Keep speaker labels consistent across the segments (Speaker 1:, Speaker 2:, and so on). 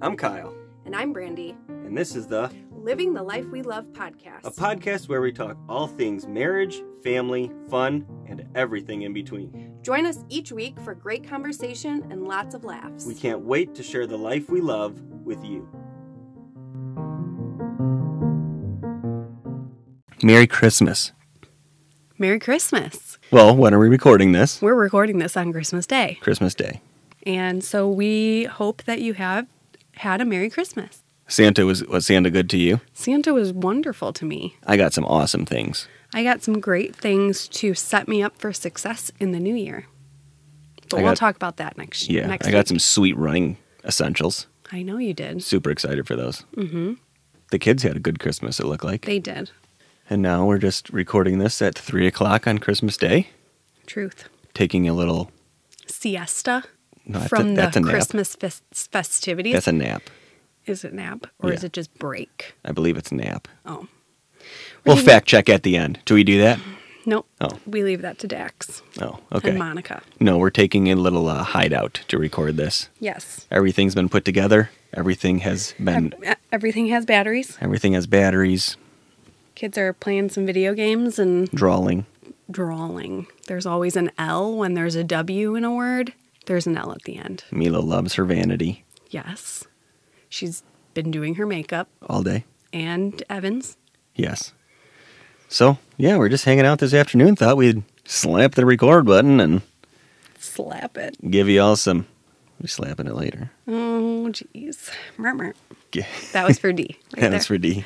Speaker 1: I'm Kyle,
Speaker 2: And I'm Brandy,
Speaker 1: and this is the
Speaker 2: Living the Life We Love podcast.
Speaker 1: a podcast where we talk all things marriage, family, fun, and everything in between.
Speaker 2: Join us each week for great conversation and lots of laughs.
Speaker 1: We can't wait to share the life we love with you. Merry Christmas.
Speaker 2: Merry Christmas.
Speaker 1: Well, when are we recording this?
Speaker 2: We're recording this on Christmas Day.
Speaker 1: Christmas Day.
Speaker 2: And so we hope that you have had a Merry Christmas.
Speaker 1: Santa was was Santa good to you?
Speaker 2: Santa was wonderful to me.
Speaker 1: I got some awesome things.
Speaker 2: I got some great things to set me up for success in the new year. But
Speaker 1: I
Speaker 2: we'll
Speaker 1: got-
Speaker 2: talk about that next
Speaker 1: Yeah,
Speaker 2: next
Speaker 1: I got
Speaker 2: week.
Speaker 1: some sweet running essentials.
Speaker 2: I know you did.
Speaker 1: Super excited for those. Mm-hmm. The kids had a good Christmas. It looked like.
Speaker 2: They did.
Speaker 1: And now we're just recording this at three o'clock on Christmas Day,
Speaker 2: Truth.
Speaker 1: taking a little.
Speaker 2: Siesta
Speaker 1: No, that's
Speaker 2: from
Speaker 1: a, that's
Speaker 2: the
Speaker 1: a nap.
Speaker 2: Christmas fes- festivities.
Speaker 1: That's a nap.
Speaker 2: Is it nap or is
Speaker 1: Yeah.
Speaker 2: it just break?
Speaker 1: I believe it's a nap.
Speaker 2: Oh,
Speaker 1: We'll
Speaker 2: leaving-
Speaker 1: fact check at the end. Do we do that?
Speaker 2: nope.
Speaker 1: Oh.
Speaker 2: We leave that to Dax
Speaker 1: Oh, okay.
Speaker 2: and Monica.
Speaker 1: No, we're taking a little uh, hideout to record this.
Speaker 2: Yes.
Speaker 1: Everything's been put together. Everything has been.
Speaker 2: E- Everything has batteries.
Speaker 1: Everything has batteries.
Speaker 2: Kids are playing some video games and
Speaker 1: Drawing.
Speaker 2: drawing. There's always an L when there's a W in a word. There's an L at the end.
Speaker 1: Mila loves her vanity
Speaker 2: Yes. She's been doing her makeup
Speaker 1: all day.
Speaker 2: and Evans.
Speaker 1: Yes. So yeah, we're just hanging out this afternoon. Thought we'd slap the record button and
Speaker 2: Slap it.
Speaker 1: give you all some. We're slapping it later.
Speaker 2: Oh, jeez. Murmur.
Speaker 1: Yeah.
Speaker 2: That was for D. Right
Speaker 1: That's for D.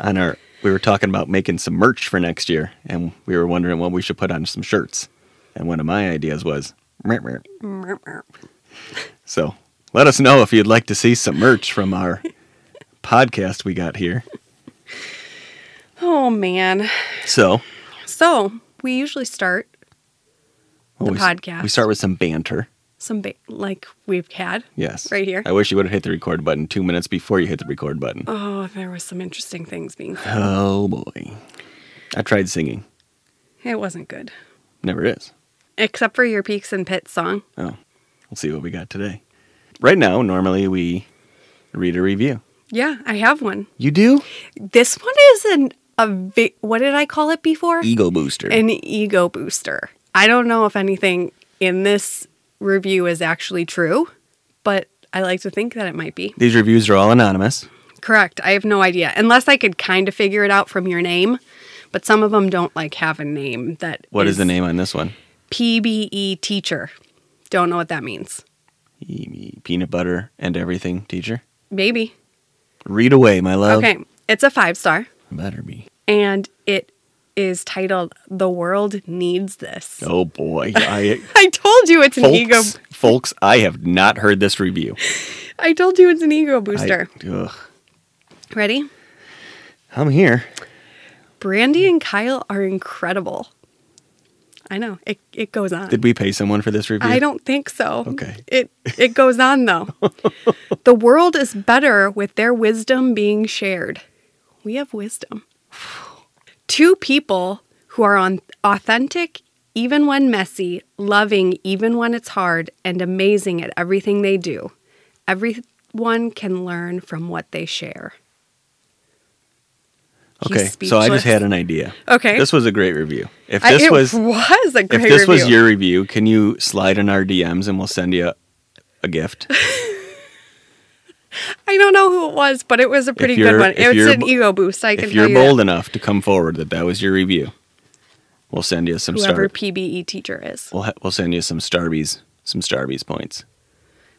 Speaker 1: on our, we were talking about making some merch for next year, and we were wondering what we should put on some shirts. And one of my ideas was, "Meow, meow."
Speaker 2: Murmur.
Speaker 1: so let us know if you'd like to see some merch from our podcast we got here.
Speaker 2: Oh, man.
Speaker 1: So
Speaker 2: So we usually start
Speaker 1: well,
Speaker 2: The
Speaker 1: we,
Speaker 2: podcast.
Speaker 1: We start with some banter.
Speaker 2: some ba- like we've had.
Speaker 1: Yes.
Speaker 2: Right here.
Speaker 1: I wish you would have hit the record button two minutes before you hit the record button. Oh,
Speaker 2: Oh, there was some interesting things being said.
Speaker 1: boy. I tried singing.
Speaker 2: It wasn't good,
Speaker 1: Never is.
Speaker 2: except for your peaks and pits song.
Speaker 1: Oh, we'll see what we got today. Right now, normally we read a review.
Speaker 2: Yeah, I have one.
Speaker 1: You do?
Speaker 2: This one is an a vi- what did I call it before?
Speaker 1: Ego booster.
Speaker 2: an ego booster. I don't know if anything in this review is actually true, but I like to think that it might be.
Speaker 1: These reviews are all anonymous.
Speaker 2: Correct. I have no idea, unless I could kind of figure it out from your name. But some of them don't like have a name that.
Speaker 1: What is the name on this one?
Speaker 2: PBE E teacher. Don't know what that means.
Speaker 1: E- Peanut butter and everything, teacher.
Speaker 2: Maybe.
Speaker 1: Read away, my love.
Speaker 2: Okay, it's a five star,
Speaker 1: Better be.
Speaker 2: and it is titled "The World Needs This."
Speaker 1: Oh boy. I
Speaker 2: I told you it's an
Speaker 1: folks,
Speaker 2: ego.
Speaker 1: folks, I have not heard this review.
Speaker 2: I told you it's an ego
Speaker 1: I-
Speaker 2: booster.
Speaker 1: ugh.
Speaker 2: Ready?
Speaker 1: I'm here.
Speaker 2: Brandy and Kyle are incredible. I know it. It goes on.
Speaker 1: Did we pay someone for this review?
Speaker 2: I don't think so.
Speaker 1: Okay.
Speaker 2: It it goes on though. the world is better with their wisdom being shared. We have wisdom. Two people who are on authentic even when messy, loving even when it's hard, and amazing at everything they do. Everyone can learn from what they share. He's
Speaker 1: Okay. So I
Speaker 2: speechless.
Speaker 1: just had an idea.
Speaker 2: Okay.
Speaker 1: This was a great review. If
Speaker 2: I-
Speaker 1: this
Speaker 2: it
Speaker 1: was
Speaker 2: was a
Speaker 1: if
Speaker 2: great
Speaker 1: this was
Speaker 2: review.
Speaker 1: your review, can you slide in our DMs and we'll send you a, a gift?
Speaker 2: I don't know who it was, but it was a pretty good
Speaker 1: you're-
Speaker 2: one.
Speaker 1: if
Speaker 2: It was
Speaker 1: you're
Speaker 2: an
Speaker 1: bo-
Speaker 2: ego boost. I can
Speaker 1: if
Speaker 2: tell
Speaker 1: you're
Speaker 2: you that.
Speaker 1: bold enough to come forward that that was your review, we'll send you some
Speaker 2: whoever
Speaker 1: star.
Speaker 2: PBE teacher is.
Speaker 1: We'll ha- we'll send you some starbies, some starbies points.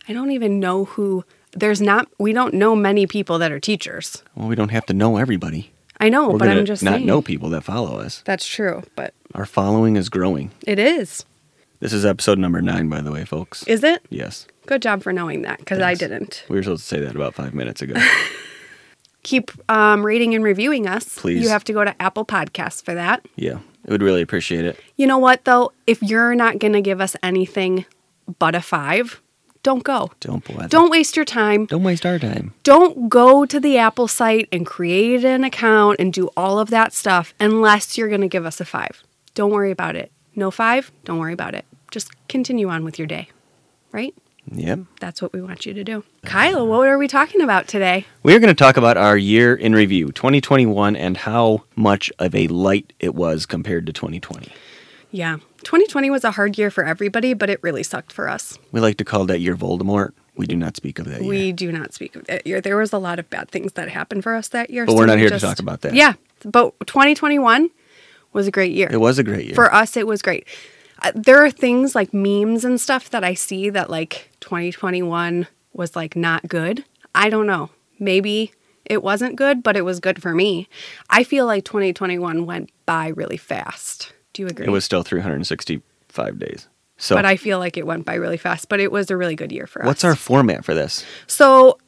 Speaker 2: I don't even know who. There's not. We don't know many people that are teachers.
Speaker 1: Well, we don't have to know everybody.
Speaker 2: I know,
Speaker 1: We're
Speaker 2: Oh, but
Speaker 1: gonna
Speaker 2: I'm just
Speaker 1: not
Speaker 2: saying.
Speaker 1: know people that follow us.
Speaker 2: That's true, but
Speaker 1: Our following is growing.
Speaker 2: it is.
Speaker 1: This is episode number nine, by the way, folks.
Speaker 2: Is it?
Speaker 1: yes,
Speaker 2: Good job for knowing that because I
Speaker 1: Thanks.
Speaker 2: didn't.
Speaker 1: we were supposed to say that about five minutes ago.
Speaker 2: Keep um, rating and reviewing us.
Speaker 1: Please.
Speaker 2: You have to go to Apple Podcasts for that.
Speaker 1: yeah, we would really appreciate it.
Speaker 2: You know what though? If you're not gonna give us anything but a five, don't go.
Speaker 1: Don't bother.
Speaker 2: Don't waste your time.
Speaker 1: don't waste our time.
Speaker 2: don't go to the Apple site and create an account and do all of that stuff unless you're going to give us a five. Don't worry about it. No five, don't worry about it. Just continue on with your day, right?
Speaker 1: Yep.
Speaker 2: That's what we want you to do. Kyle, what are we talking about today?
Speaker 1: We are going to talk about our year in review, 2021, and how much of a light it was compared to 2020.
Speaker 2: Yeah. 2020 was a hard year for everybody, but it really sucked for us.
Speaker 1: We like to call that year Voldemort. We do not speak of that year.
Speaker 2: We do not speak of that year. There was a lot of bad things that happened for us that year.
Speaker 1: But we're
Speaker 2: so
Speaker 1: not
Speaker 2: we
Speaker 1: here to talk about that.
Speaker 2: Yeah. But 2021 was a great year.
Speaker 1: It was a great year.
Speaker 2: For us, it was great. Uh, There are things like memes and stuff that I see that like 2021 was like not good. I don't know. Maybe it wasn't good, but it was good for me. I feel like 2021 went by really fast. Do you agree?
Speaker 1: it was still 365 days. So,
Speaker 2: but I feel like it went by really fast, but it was a really good year for
Speaker 1: what's
Speaker 2: us.
Speaker 1: our format for this?
Speaker 2: So,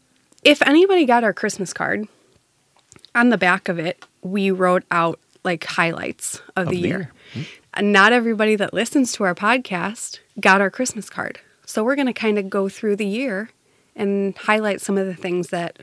Speaker 2: if anybody got our Christmas card, on the back of it, we wrote out like highlights of, the,
Speaker 1: the
Speaker 2: year. Hmm. And Not everybody that listens to our podcast got our Christmas card. So, we're going to kind of go through the year and highlight some of the things that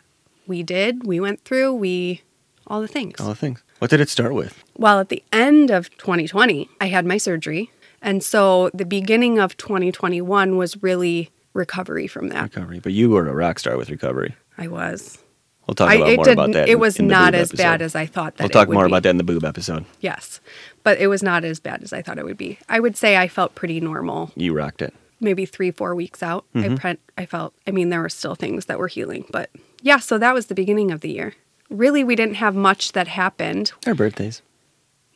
Speaker 2: we did, we went through, we all the things.
Speaker 1: All the things. What did it start with?
Speaker 2: Well, at the end of 2020, I had my surgery. And so, the beginning of 2021 was really recovery from that.
Speaker 1: Recovery. But you were a rock star with recovery.
Speaker 2: I was.
Speaker 1: We'll talk
Speaker 2: I-
Speaker 1: about
Speaker 2: it
Speaker 1: more
Speaker 2: didn't-
Speaker 1: about that.
Speaker 2: It
Speaker 1: in-
Speaker 2: was
Speaker 1: in the
Speaker 2: not
Speaker 1: boob
Speaker 2: as bad
Speaker 1: episode.
Speaker 2: as I thought that
Speaker 1: We'll talk
Speaker 2: it would
Speaker 1: more
Speaker 2: be.
Speaker 1: about that in the boob episode.
Speaker 2: Yes, but it was not as bad as I thought it would be. I would say I felt pretty normal.
Speaker 1: You rocked it.
Speaker 2: Maybe three, four weeks out,
Speaker 1: Mm-hmm.
Speaker 2: I pre- I felt. I mean, there were still things that were healing, but yeah. So that was the beginning of the year. Really, we didn't have much that happened.
Speaker 1: Our birthdays.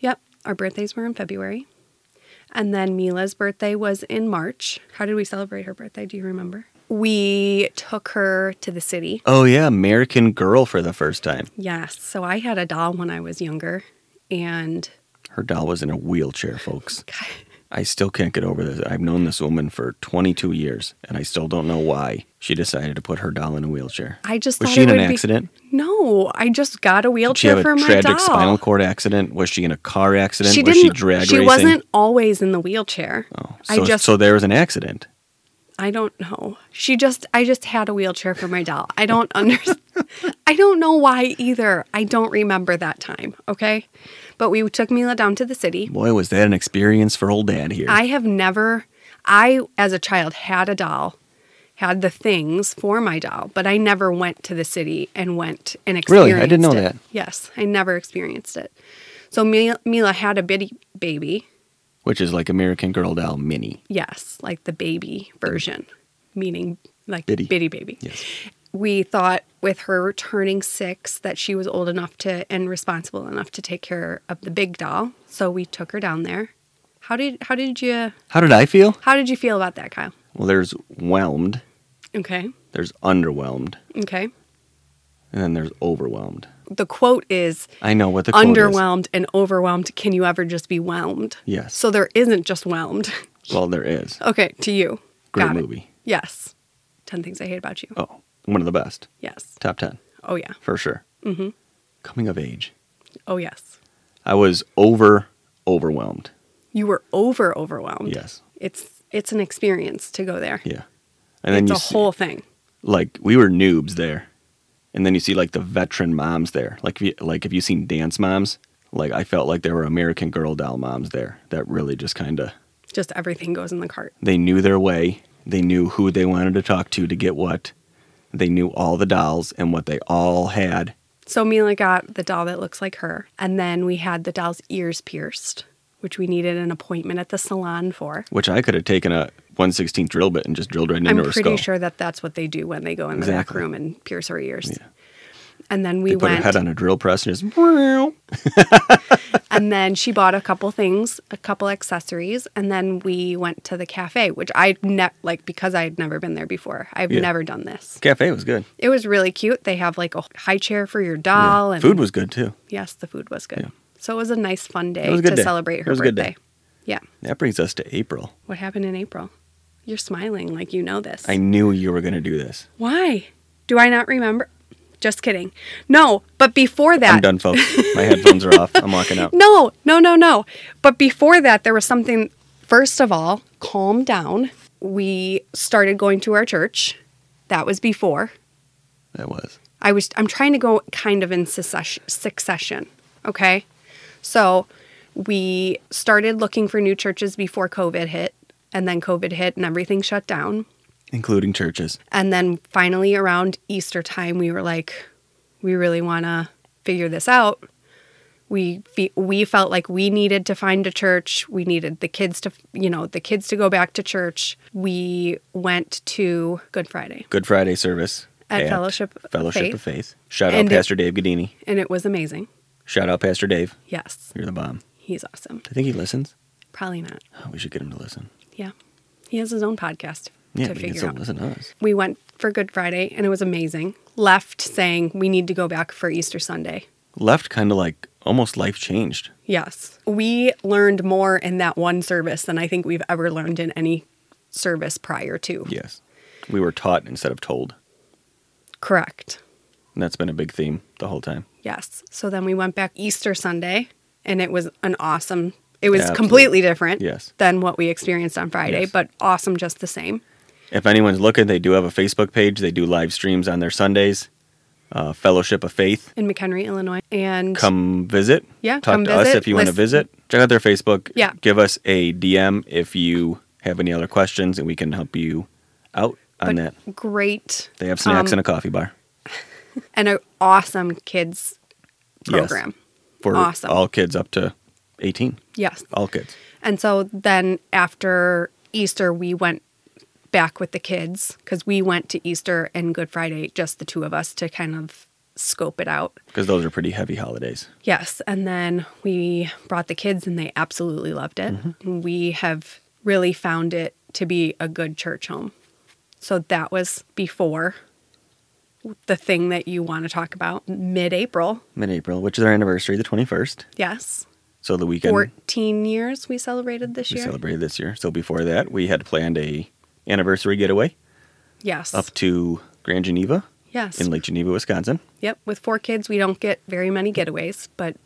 Speaker 2: Yep, our birthdays were in February, and then Mila's birthday was in March. How did we celebrate her birthday? Do you remember? We took her to the city.
Speaker 1: Oh yeah, American Girl for the first time.
Speaker 2: Yes. So I had a doll when I was younger, and
Speaker 1: Her doll was in a wheelchair, folks. I still can't get over this. I've known this woman for 22 years, and I still don't know why she decided to put her doll in a wheelchair.
Speaker 2: I just
Speaker 1: was
Speaker 2: thought
Speaker 1: she
Speaker 2: it
Speaker 1: in an
Speaker 2: would be-
Speaker 1: accident?
Speaker 2: No, I just got a
Speaker 1: Did she have
Speaker 2: wheelchair
Speaker 1: a
Speaker 2: for my
Speaker 1: tragic
Speaker 2: doll.
Speaker 1: spinal cord accident? Was she in a car accident?
Speaker 2: She
Speaker 1: was
Speaker 2: didn't.
Speaker 1: she drag racing?
Speaker 2: wasn't always in the wheelchair.
Speaker 1: Oh, so,
Speaker 2: I just.
Speaker 1: so there was an accident.
Speaker 2: I don't know. She just. I just had a wheelchair for my doll. I don't understand. I don't know why either. I don't remember that time. Okay, but we took Mila down to the city.
Speaker 1: Boy, was that an experience for old dad here.
Speaker 2: I have never, I as a child had a doll, had the things for my doll, but I never went to the city and went and experienced
Speaker 1: Really? I didn't know
Speaker 2: it.
Speaker 1: that.
Speaker 2: Yes, I never experienced it. So Mila, Mila had a bitty baby.
Speaker 1: which is like American Girl doll mini.
Speaker 2: Yes, like the baby version, meaning like
Speaker 1: Bitty.
Speaker 2: bitty, bitty baby.
Speaker 1: Yes.
Speaker 2: We thought with her turning six that she was old enough to and responsible enough to take care of the big doll. So we took her down there. How did how did you
Speaker 1: How did I feel?
Speaker 2: how did you feel about that, Kyle?
Speaker 1: Well, there's whelmed,
Speaker 2: Okay.
Speaker 1: there's underwhelmed,
Speaker 2: Okay.
Speaker 1: and then there's overwhelmed.
Speaker 2: The quote is
Speaker 1: I know what the quote is.
Speaker 2: underwhelmed and overwhelmed. Can you ever just be whelmed?
Speaker 1: Yes.
Speaker 2: So there isn't just whelmed.
Speaker 1: Well, there is.
Speaker 2: okay, to you.
Speaker 1: Great
Speaker 2: Oh, Got it.
Speaker 1: movie.
Speaker 2: Yes. 10 Things I Hate About You.
Speaker 1: Oh, one of the best.
Speaker 2: Yes.
Speaker 1: Top 10,
Speaker 2: Oh, yeah.
Speaker 1: for sure. Mm-hmm. Coming of age.
Speaker 2: Oh, yes.
Speaker 1: I was over overwhelmed.
Speaker 2: You were over overwhelmed.
Speaker 1: Yes.
Speaker 2: It's it's an experience to go there.
Speaker 1: Yeah. And then
Speaker 2: it's
Speaker 1: you
Speaker 2: a
Speaker 1: see,
Speaker 2: whole thing.
Speaker 1: like we were noobs there. And then you see like the veteran moms there. Like if you, like have you seen Dance Moms? Like I felt like there were American Girl doll moms there that really just kind of
Speaker 2: Just everything goes in the cart.
Speaker 1: They knew their way. They knew who they wanted to talk to to get what. They knew all the dolls and what they all had.
Speaker 2: So Mila got the doll that looks like her, and then we had the doll's ears pierced, which we needed an appointment at the salon for.
Speaker 1: Which I could have taken a 116 drill bit and just drilled right into
Speaker 2: I'm
Speaker 1: her
Speaker 2: pretty
Speaker 1: skull.
Speaker 2: sure that that's what they do when they go in the back
Speaker 1: Exactly.
Speaker 2: room and pierce her ears. And then we
Speaker 1: They put her
Speaker 2: went,
Speaker 1: head on a drill press and just. "Meow."
Speaker 2: and then she bought a couple things, a couple accessories, and then we went to the cafe, which I ne- like because I had never been there before. I've
Speaker 1: Yeah.
Speaker 2: never done this.
Speaker 1: Cafe was good.
Speaker 2: It was really cute. They have like a high chair for your doll, and
Speaker 1: Food was good too.
Speaker 2: yes, the food was good. So it was a nice, fun day
Speaker 1: It was a good
Speaker 2: to
Speaker 1: day.
Speaker 2: celebrate
Speaker 1: It
Speaker 2: her
Speaker 1: was a good
Speaker 2: birthday.
Speaker 1: day.
Speaker 2: Yeah.
Speaker 1: That brings us to April.
Speaker 2: What happened in April? You're smiling like you know this.
Speaker 1: I knew you were going to do this.
Speaker 2: Why? Do I not remember? Just kidding. No, but before that,
Speaker 1: I'm done, folks. My headphones are off. I'm walking out.
Speaker 2: No, no, no, no. But before that, there was something. First of all, calm down. We started going to our church. That was before.
Speaker 1: That was.
Speaker 2: I was. I'm trying to go kind of in succession. succession okay, so we started looking for new churches before COVID hit, and then COVID hit, and everything shut down.
Speaker 1: including churches.
Speaker 2: And then finally, around Easter time, we were like, we really want to figure this out. We fe- we felt like we needed to find a church. We needed the kids to, you know, the kids to go back to church. We went to Good Friday
Speaker 1: Good Friday service
Speaker 2: At Fellowship of
Speaker 1: Fellowship
Speaker 2: Faith.
Speaker 1: of Faith. Shout
Speaker 2: And
Speaker 1: out
Speaker 2: it-
Speaker 1: Pastor Dave Gadini.
Speaker 2: and it was amazing.
Speaker 1: Shout out Pastor Dave.
Speaker 2: Yes,
Speaker 1: You're the bomb.
Speaker 2: he's awesome.
Speaker 1: I think he listens.
Speaker 2: Probably not.
Speaker 1: Oh, we should get him to listen.
Speaker 2: Yeah. He has his own podcast
Speaker 1: Yeah,
Speaker 2: to
Speaker 1: but he can
Speaker 2: figure
Speaker 1: still
Speaker 2: out.
Speaker 1: listen to us.
Speaker 2: We went for Good Friday and it was amazing. Left saying we need to go back for Easter Sunday.
Speaker 1: Left kind of like almost life changed.
Speaker 2: Yes. We learned more in that one service than I think we've ever learned in any service prior to.
Speaker 1: Yes. We were taught instead of told.
Speaker 2: Correct.
Speaker 1: And that's been a big theme the whole time.
Speaker 2: Yes. So then we went back Easter Sunday and it was an awesome it was
Speaker 1: Absolutely.
Speaker 2: completely different
Speaker 1: Yes.
Speaker 2: than what we experienced on Friday,
Speaker 1: Yes.
Speaker 2: but awesome just the same.
Speaker 1: If anyone's looking, they do have a Facebook page. They do live streams on their Sundays. Uh, Fellowship of Faith.
Speaker 2: In McHenry, Illinois. And
Speaker 1: Come visit.
Speaker 2: Yeah,
Speaker 1: Talk
Speaker 2: come
Speaker 1: to us
Speaker 2: visit,
Speaker 1: if you want to
Speaker 2: listen-
Speaker 1: visit. Check out their Facebook.
Speaker 2: Yeah.
Speaker 1: Give us a DM if you have any other questions and we can help you out on that.
Speaker 2: great
Speaker 1: They have snacks
Speaker 2: um,
Speaker 1: and a coffee bar
Speaker 2: and an awesome kids
Speaker 1: Yes.
Speaker 2: program.
Speaker 1: for
Speaker 2: awesome.
Speaker 1: all kids up to 18.
Speaker 2: Yes.
Speaker 1: All kids.
Speaker 2: And so then after Easter, we went back with the kids because we went to Easter and Good Friday, just the two of us to kind of scope it out.
Speaker 1: Because those are pretty heavy holidays.
Speaker 2: Yes. And then we brought the kids and they absolutely loved it.
Speaker 1: Mm-hmm.
Speaker 2: And we have really found it to be a good church home. So that was before the thing that you want to talk about mid April.
Speaker 1: Mid April, which is our anniversary, the 21st.
Speaker 2: Yes.
Speaker 1: So the weekend
Speaker 2: 14 years we celebrated this
Speaker 1: we
Speaker 2: year.
Speaker 1: celebrated this year. So before that, we had planned a anniversary getaway
Speaker 2: Yes.
Speaker 1: up to Grand Geneva
Speaker 2: yes.
Speaker 1: in Lake Geneva, Wisconsin.
Speaker 2: Yep, with four kids, we don't get very many getaways, but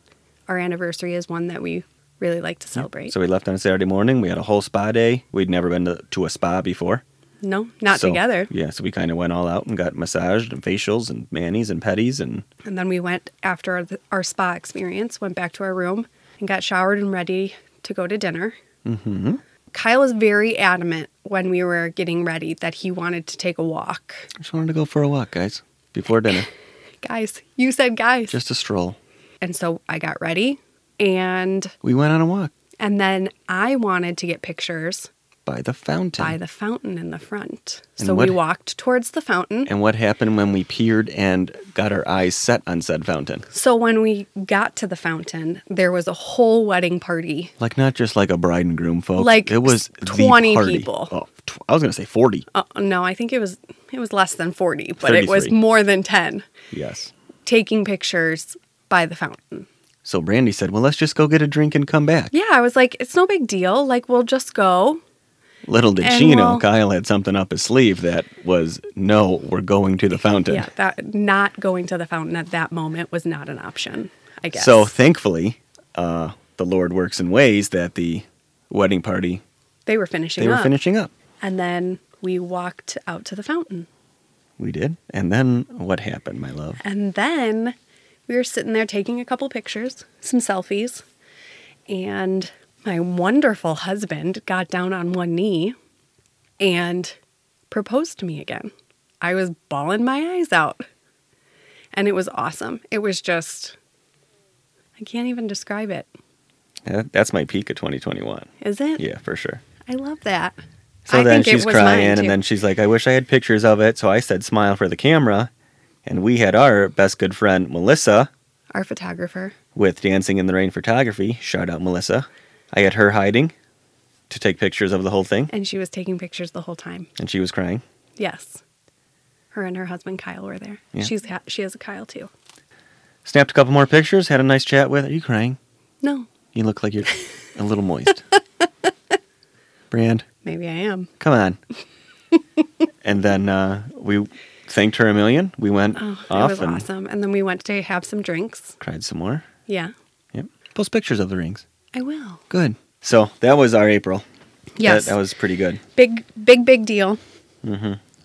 Speaker 2: our anniversary is one that we really like to celebrate.
Speaker 1: So we left on a Saturday morning. We had a whole spa day. We'd never been to, to a spa before.
Speaker 2: no, not
Speaker 1: So-
Speaker 2: together.
Speaker 1: Yeah, so we kind of went all out and got massaged and facials and manis and petties and
Speaker 2: And then we went after our, our spa experience, went back to our room and got showered and ready to go to dinner. Mm-hmm. Kyle was very adamant when we were getting ready that he wanted to take a walk.
Speaker 1: I just wanted to go for a walk, guys, before dinner.
Speaker 2: Guys, you said guys.
Speaker 1: just a stroll.
Speaker 2: and so I got ready and
Speaker 1: We went on a walk
Speaker 2: and then I wanted to get pictures
Speaker 1: by the fountain.
Speaker 2: by the fountain in the front.
Speaker 1: And
Speaker 2: So
Speaker 1: what-
Speaker 2: we walked towards the fountain.
Speaker 1: and what happened when we peered and got our eyes set on said fountain?
Speaker 2: So when we got to the fountain, there was a whole wedding party.
Speaker 1: Like not just like a bride and groom folk.
Speaker 2: Like
Speaker 1: it was the
Speaker 2: 20
Speaker 1: party.
Speaker 2: people.
Speaker 1: Oh, tw- I was gonna say forty.
Speaker 2: Uh, no, I think it was it was less than 40, but it was
Speaker 1: 33.
Speaker 2: more than 10
Speaker 1: Yes.
Speaker 2: taking pictures by the fountain.
Speaker 1: So Brandy said, "Well, let's just go get a drink and come back."
Speaker 2: Yeah, I was like, it's no big deal. Like we'll just go.
Speaker 1: Little did
Speaker 2: And
Speaker 1: she know,
Speaker 2: well-
Speaker 1: Kyle had something up his sleeve that was, "No, we're going to the fountain."
Speaker 2: Yeah, that not going to the fountain at that moment was not an option. I guess.
Speaker 1: So thankfully, uh, the Lord works in ways that the wedding party
Speaker 2: they were finishing
Speaker 1: they were
Speaker 2: up.
Speaker 1: finishing up.
Speaker 2: And then we walked out to the fountain.
Speaker 1: We did, and then what happened, my love?
Speaker 2: And then we were sitting there taking a couple pictures, some selfies, and my wonderful husband got down on one knee and proposed to me again. I was bawling my eyes out. And it was awesome. It was just, I can't even describe it.
Speaker 1: Yeah, That's my peak of 2021.
Speaker 2: Is it?
Speaker 1: Yeah, for sure.
Speaker 2: I love that.
Speaker 1: So
Speaker 2: I
Speaker 1: then
Speaker 2: think it
Speaker 1: she's
Speaker 2: was mine,
Speaker 1: crying,
Speaker 2: too.
Speaker 1: and then she's like, I wish I had pictures of it. So I said, smile for the camera. And we had our best good friend, Melissa,
Speaker 2: Our photographer.
Speaker 1: with Dancing in the Rain Photography. Shout out, Melissa. I had her hiding to take pictures of the whole thing,
Speaker 2: And she was taking pictures the whole time.
Speaker 1: and she was crying.
Speaker 2: Yes. Her and her husband Kyle were there.
Speaker 1: Yeah.
Speaker 2: She's ha- she has a Kyle too.
Speaker 1: Snapped a couple more pictures, had a nice chat with. Are you crying?
Speaker 2: No,
Speaker 1: You look like you're a little moist. Brand,
Speaker 2: maybe I am.
Speaker 1: come on. and then uh, we thanked her a million. We went
Speaker 2: Oh, that
Speaker 1: off
Speaker 2: was
Speaker 1: and
Speaker 2: awesome. And then we went to have some drinks.
Speaker 1: cried some more.
Speaker 2: Yeah,
Speaker 1: Yep. Post pictures of the rings.
Speaker 2: I will.
Speaker 1: Good. So that was our April.
Speaker 2: Yes,
Speaker 1: That, that was Mm-hmm. pretty good.
Speaker 2: big, big, big deal.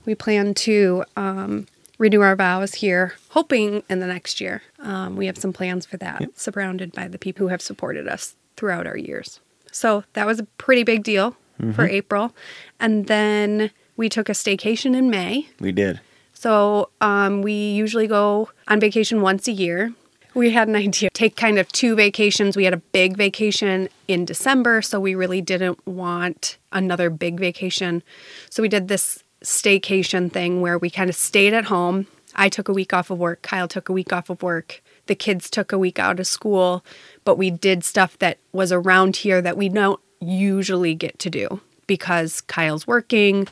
Speaker 2: We plan to um, renew our vows here, hoping in the next year. Um, we have some plans for that, surrounded by the people who have supported us
Speaker 1: Mm-hmm.
Speaker 2: throughout our years. So that was a pretty big deal for April. And then We took a staycation in May.
Speaker 1: We did.
Speaker 2: So um, we usually go on vacation once a year. We had an idea take kind of two vacations. We had a big vacation in December, so we really didn't want another big vacation. So we did this staycation thing where we kind of stayed at home. I took a week off of work, Kyle took a week off of work. The kids took a week out of school, but we did stuff that was around here that we don't usually get to do because Kyle's working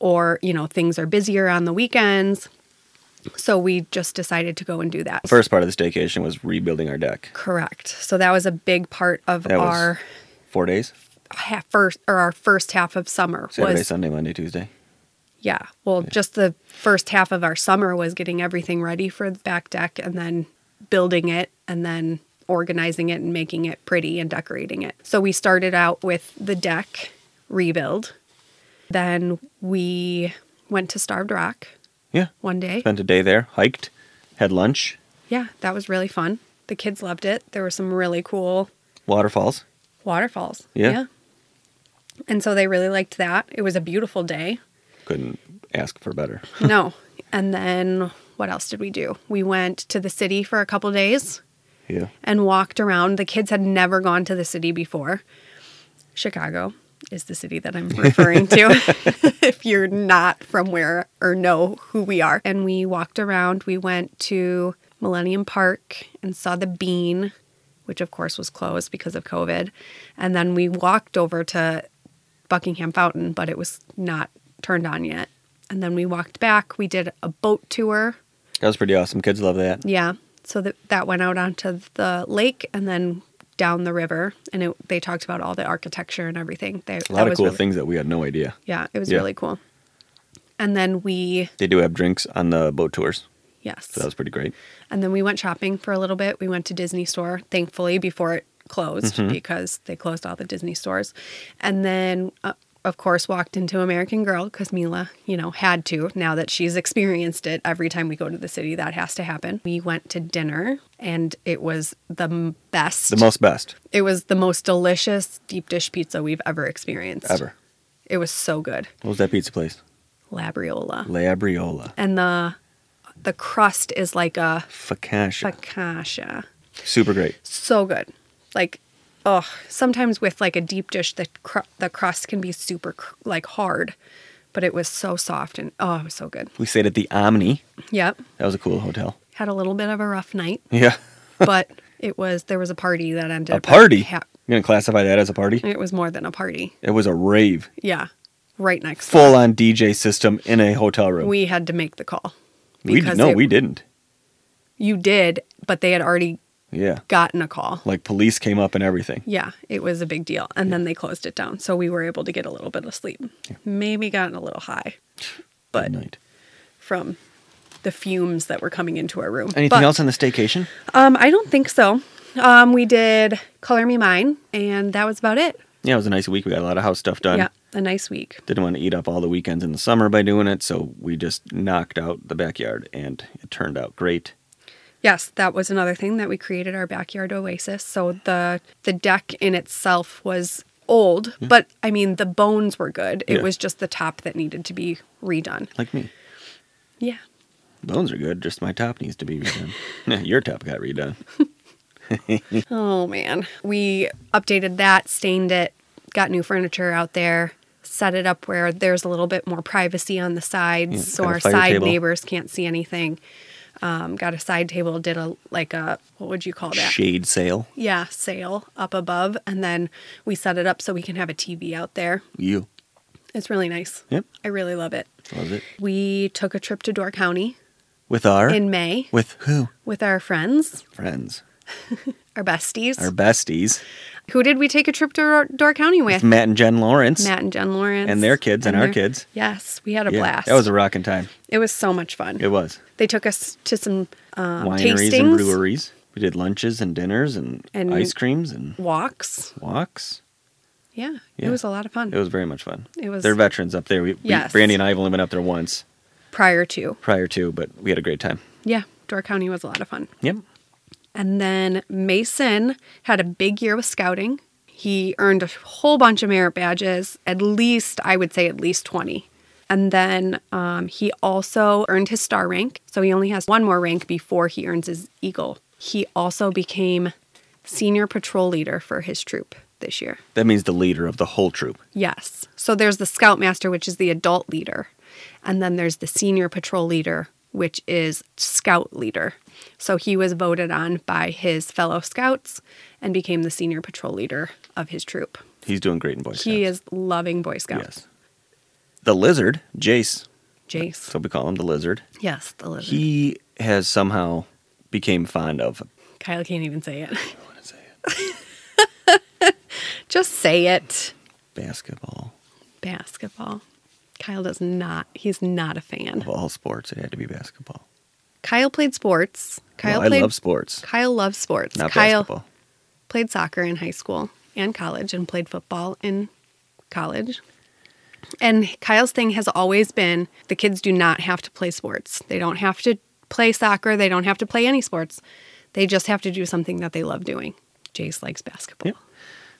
Speaker 2: or, you know, things are busier on the weekends. So we just decided to go and do that.
Speaker 1: The first part of the staycation was rebuilding our deck.
Speaker 2: Correct. So that was a big part of
Speaker 1: That was-
Speaker 2: our
Speaker 1: Four days
Speaker 2: half first or our first half of summer
Speaker 1: Saturday,
Speaker 2: was
Speaker 1: Sunday, Monday, Tuesday.
Speaker 2: yeah. Well, just the first half of our summer was getting everything ready for the back deck and then building it and then organizing it and making it pretty and decorating it. So we started out with the deck rebuild. Then we went to Starved Rock
Speaker 1: Yeah.
Speaker 2: one day.
Speaker 1: Spent a day there, hiked, had lunch,
Speaker 2: Yeah, that was really fun. The kids loved it. There were some really cool
Speaker 1: waterfalls.
Speaker 2: waterfalls.
Speaker 1: Yeah.
Speaker 2: And so they really liked that. It was a beautiful day.
Speaker 1: Couldn't ask for better.
Speaker 2: no. And then what else did we do? We went to the city for a couple days
Speaker 1: Yeah.
Speaker 2: and walked around. The kids had never gone to the city before. Chicago is the city that I'm referring to if you're not from where or know who we are. And we walked around. We went to Millennium Park and saw the Bean, which of course was closed because of COVID. And then we walked over to Buckingham Fountain, but it was not turned on yet. And then we walked back. We did a boat tour
Speaker 1: That was pretty awesome. Kids love that.
Speaker 2: yeah. So that that went out onto the lake and then down the river, and it, they talked about all the architecture and everything. They,
Speaker 1: A lot of cool
Speaker 2: really,
Speaker 1: things that we had no idea.
Speaker 2: Yeah, it was
Speaker 1: Yeah.
Speaker 2: really cool. And then we
Speaker 1: They do have drinks on the boat tours.
Speaker 2: yes,
Speaker 1: So that was pretty great.
Speaker 2: and then we went shopping for a little bit. We went to Disney Store, thankfully before it closed
Speaker 1: Mm-hmm.
Speaker 2: because they closed all the Disney stores, and then. Uh, of course, walked into American Girl because Mila, you know, had to now that she's experienced it every time we go to the city. That has to happen. We went to dinner and it was the m- best.
Speaker 1: The most best
Speaker 2: It was the most delicious deep dish pizza we've ever experienced.
Speaker 1: ever.
Speaker 2: It was so good.
Speaker 1: What was that pizza place?
Speaker 2: Labriola.
Speaker 1: Labriola.
Speaker 2: And the the crust is like a
Speaker 1: Focaccia.
Speaker 2: focaccia.
Speaker 1: Super great.
Speaker 2: So good. Like oh, sometimes with like a deep dish the cr- the crust can be super cr- like hard, but it was so soft and oh, it was so good.
Speaker 1: We stayed at the Omni.
Speaker 2: Yep.
Speaker 1: That was a cool hotel.
Speaker 2: Had a little bit of a rough night,
Speaker 1: Yeah.
Speaker 2: but it was there was a party that ended
Speaker 1: A
Speaker 2: up-
Speaker 1: party.
Speaker 2: Ha-
Speaker 1: You're going to classify that as a party?
Speaker 2: it was more than a party.
Speaker 1: It was a rave.
Speaker 2: Yeah. Right next
Speaker 1: Full on DJ system in a hotel room.
Speaker 2: we had to make the call.
Speaker 1: We d-
Speaker 2: because
Speaker 1: no,
Speaker 2: it-
Speaker 1: we didn't.
Speaker 2: You did, but they had already
Speaker 1: Yeah.
Speaker 2: gotten a call.
Speaker 1: Like police came up and everything.
Speaker 2: Yeah, it was a big deal. And then they closed it down. So we were able to get a little bit of sleep. Maybe gotten a little high, but
Speaker 1: Good night.
Speaker 2: from the fumes that were coming into our room.
Speaker 1: Anything
Speaker 2: But,
Speaker 1: else on the staycation?
Speaker 2: Um, I don't think so. Um, we did Color Me Mine, and that was about it.
Speaker 1: Yeah, it was a nice week. We got a lot of house stuff done.
Speaker 2: yeah, a nice week.
Speaker 1: Didn't want to eat up all the weekends in the summer by doing it, so we just knocked out the backyard and it turned out great.
Speaker 2: Yes, that was another thing that we created our backyard oasis. So the the deck in itself was old, but I mean the bones were good. It
Speaker 1: Yeah.
Speaker 2: was just the top that needed to be redone.
Speaker 1: Like me.
Speaker 2: Yeah.
Speaker 1: Bones are good, just my top needs to be redone. yeah, your top got redone.
Speaker 2: Oh man. We updated that, stained it, got new furniture out there, set it up where there's a little bit more privacy on the sides
Speaker 1: Yeah,
Speaker 2: so
Speaker 1: got a
Speaker 2: our
Speaker 1: fire
Speaker 2: side
Speaker 1: table.
Speaker 2: neighbors can't see anything. Um, got a side table, did a like a what would you call that?
Speaker 1: Shade sale.
Speaker 2: yeah, sail up above, and then we set it up so we can have a TV out there.
Speaker 1: You.
Speaker 2: It's really nice.
Speaker 1: Yep.
Speaker 2: I really love it.
Speaker 1: Was it?
Speaker 2: We took a trip to Door County
Speaker 1: With our
Speaker 2: in May
Speaker 1: with who?
Speaker 2: with our friends,
Speaker 1: Friends.
Speaker 2: our besties.
Speaker 1: Our besties.
Speaker 2: Who did we take a trip to Door- Door County with?
Speaker 1: Matt and Jen Lawrence.
Speaker 2: Matt and Jen Lawrence.
Speaker 1: And their kids and our kids.
Speaker 2: Yes, we had a
Speaker 1: Yeah,
Speaker 2: blast.
Speaker 1: That was a rocking time.
Speaker 2: it was so much fun.
Speaker 1: It was.
Speaker 2: they took us to some um,
Speaker 1: Wineries
Speaker 2: tastings,
Speaker 1: and breweries. We did lunches and dinners and,
Speaker 2: And-
Speaker 1: ice creams and
Speaker 2: walks.
Speaker 1: walks.
Speaker 2: Yeah,
Speaker 1: Yeah.
Speaker 2: it was a lot of fun.
Speaker 1: It was very much fun.
Speaker 2: It was-
Speaker 1: They're veterans up there. We, we-
Speaker 2: Yes.
Speaker 1: Brandy and I have only been up there once
Speaker 2: prior to.
Speaker 1: prior to, but we had a great time.
Speaker 2: Yeah, Door County was a lot of fun.
Speaker 1: Yep.
Speaker 2: And then Mason had a big year with scouting. He earned a whole bunch of merit badges, at least, I would say, at least 20. And then um, he also earned his star rank. So he only has one more rank before he earns his eagle. He also became senior patrol leader for his troop this year.
Speaker 1: That means the leader of the whole troop.
Speaker 2: Yes. So there's the scoutmaster, which is the adult leader. And then there's the senior patrol leader, which is scout leader. So he was voted on by his fellow scouts and became the senior patrol leader of his troop.
Speaker 1: He's doing great in Boy Scouts.
Speaker 2: He is loving Boy Scouts.
Speaker 1: Yes. The lizard, Jace,
Speaker 2: Jace.
Speaker 1: so we call him the lizard,
Speaker 2: Yes, the lizard.
Speaker 1: he has somehow became fond of.
Speaker 2: Kyle can't even say it.
Speaker 1: I want to say it.
Speaker 2: Just say it.
Speaker 1: Basketball.
Speaker 2: Basketball. Kyle does not. He's not a fan.
Speaker 1: Of all sports, it had to be basketball.
Speaker 2: Kyle played sports. Kyle
Speaker 1: Well, I
Speaker 2: played.
Speaker 1: love sports,
Speaker 2: Kyle loves sports.
Speaker 1: not
Speaker 2: Kyle
Speaker 1: basketball.
Speaker 2: played soccer in high school and college, and played football in college. And Kyle's thing has always been the kids do not have to play sports. They don't have to play soccer. They don't have to play any sports. They just have to do something that they love doing. Jace likes basketball.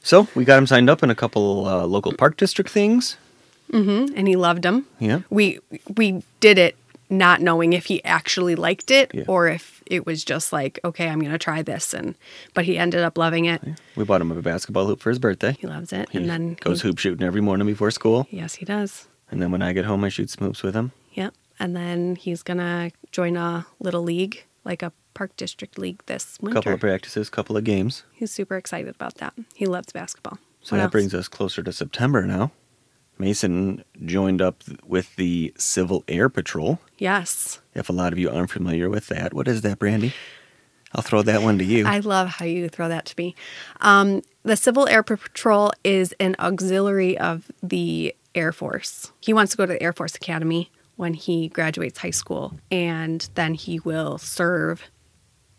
Speaker 1: So we got him signed up in a couple uh, local park district things.
Speaker 2: and he loved them.
Speaker 1: Yeah.
Speaker 2: We we did it not knowing if he actually liked it
Speaker 1: Yeah.
Speaker 2: or if it was just like, okay, I'm going to try this and but he ended up loving it.
Speaker 1: We bought him a basketball hoop for his birthday.
Speaker 2: He loves it.
Speaker 1: He
Speaker 2: and then
Speaker 1: goes
Speaker 2: he-
Speaker 1: hoop shooting every morning before school.
Speaker 2: Yes, he does.
Speaker 1: And then when I get home, I shoot some hoops with him.
Speaker 2: Yep. And then he's going to join a little league, like a park district league this
Speaker 1: A
Speaker 2: winter.
Speaker 1: couple of practices, couple of games.
Speaker 2: he's super excited about that. He loves basketball.
Speaker 1: So
Speaker 2: What
Speaker 1: that
Speaker 2: else?
Speaker 1: brings us closer to September now. Mason joined up th- with the Civil Air Patrol.
Speaker 2: Yes.
Speaker 1: If a lot of you aren't familiar with that, what is that, Brandy? I'll throw that one to you.
Speaker 2: I love how you throw that to me. Um, the Civil Air Patrol is an auxiliary of the Air Force. He wants to go to the Air Force Academy when he graduates high school, and then he will serve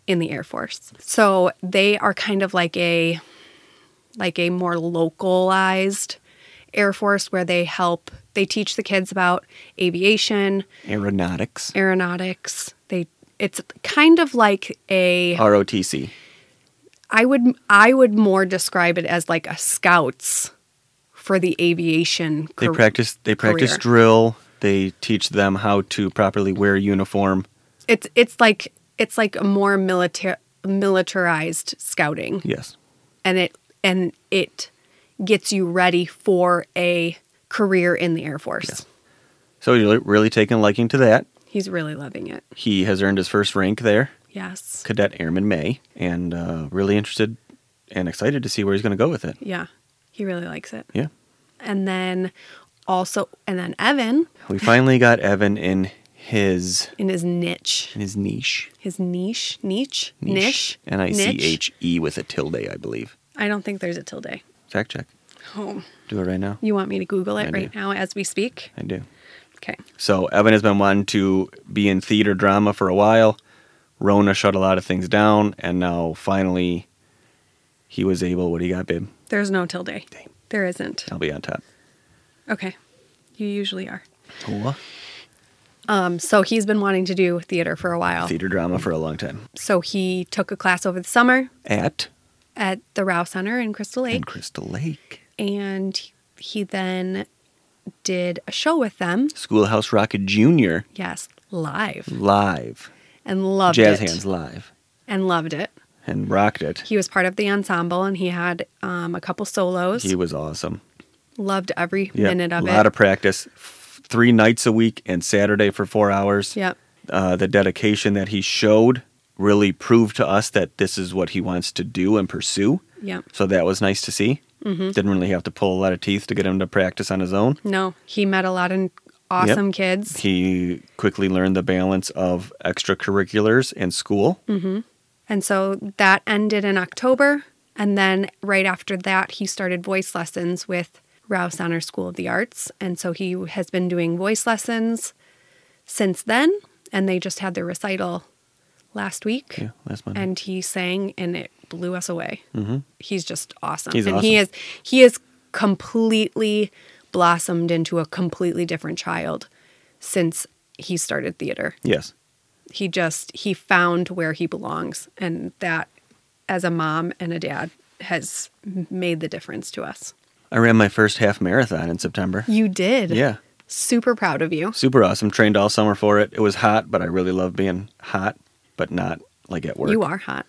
Speaker 2: in the Air Force. So they are kind of like a like a more localized Air Force where they help they teach the kids about aviation,
Speaker 1: Aeronautics,
Speaker 2: aeronautics. They it's kind of like a
Speaker 1: ROTC.
Speaker 2: I would I would more describe it as like a scouts for the aviation.
Speaker 1: They
Speaker 2: car-
Speaker 1: practice. They practice
Speaker 2: career.
Speaker 1: drill. They teach them how to properly wear uniform.
Speaker 2: It's it's like it's like a more military militarized scouting,
Speaker 1: Yes,
Speaker 2: and it and it gets you ready for a career in the Air Force.
Speaker 1: So he's really taken a liking to that.
Speaker 2: He's really loving it.
Speaker 1: He has earned his first rank there,
Speaker 2: Yes.
Speaker 1: Cadet Airman May, and uh, really interested and excited to see where he's going to go with it.
Speaker 2: Yeah. He really likes it.
Speaker 1: Yeah.
Speaker 2: And then also and then Evan
Speaker 1: We finally got Evan in his
Speaker 2: in his niche,
Speaker 1: in his niche.
Speaker 2: his niche, niche, niche,
Speaker 1: N I
Speaker 2: niche.
Speaker 1: C H E with a tilde, I believe.
Speaker 2: I don't think there's a tilde.
Speaker 1: Fact check.
Speaker 2: Oh.
Speaker 1: Do it right now.
Speaker 2: You want me to Google
Speaker 1: I
Speaker 2: it
Speaker 1: do.
Speaker 2: right now as we speak?
Speaker 1: I do.
Speaker 2: Okay.
Speaker 1: So Evan has been wanting to be in theater drama for a while. Rona shut a lot of things down, and now finally, he was able. What do you got, babe?
Speaker 2: There's no tilde.
Speaker 1: Dang.
Speaker 2: There isn't.
Speaker 1: I'll be on top.
Speaker 2: Okay. You usually are.
Speaker 1: What?
Speaker 2: Um, so he's been wanting to do theater for a while.
Speaker 1: Theater drama for a long time.
Speaker 2: So he took a class over the summer
Speaker 1: At
Speaker 2: at the Rao Center in Crystal
Speaker 1: and
Speaker 2: Lake.
Speaker 1: Crystal Lake
Speaker 2: And he then did a show with them.
Speaker 1: Schoolhouse Rocket Junior
Speaker 2: Yes, live.
Speaker 1: live,
Speaker 2: And loved
Speaker 1: Mm. jazz
Speaker 2: it.
Speaker 1: hands live,
Speaker 2: And loved it.
Speaker 1: and rocked it.
Speaker 2: He was part of the ensemble and he had um, a couple solos.
Speaker 1: He was awesome.
Speaker 2: loved every
Speaker 1: Yeah,
Speaker 2: minute of
Speaker 1: a
Speaker 2: it.
Speaker 1: lot of practice, f- three nights a week and Saturday for four hours.
Speaker 2: yep.
Speaker 1: Uh, the dedication that he showed really proved to us that this is what he wants to do and pursue.
Speaker 2: Yep.
Speaker 1: So that was nice to see. Mm-hmm. Didn't really have to pull a lot of teeth to get him to practice on his own.
Speaker 2: No, he met a lot of awesome kids.
Speaker 1: He quickly learned the balance of extracurriculars and school.
Speaker 2: And so that ended in October. And then right after that, he started voice lessons with Rouse Center School of the Arts. And so he has been doing voice lessons since then. And they just had their recital last week.
Speaker 1: Yeah, last month.
Speaker 2: And he sang and it blew us away. Mm-hmm. He's just awesome.
Speaker 1: He's
Speaker 2: and he is
Speaker 1: awesome.
Speaker 2: he is completely blossomed into a completely different child since he started theater
Speaker 1: yes.
Speaker 2: he just he found where he belongs and that as a mom and a dad has made the difference to us
Speaker 1: I ran my first half marathon in September.
Speaker 2: you did
Speaker 1: Yeah.
Speaker 2: Super proud of you.
Speaker 1: Super awesome. Trained all summer for it. It was hot, but I really love being hot, but not like at work.
Speaker 2: You are Mm. hot.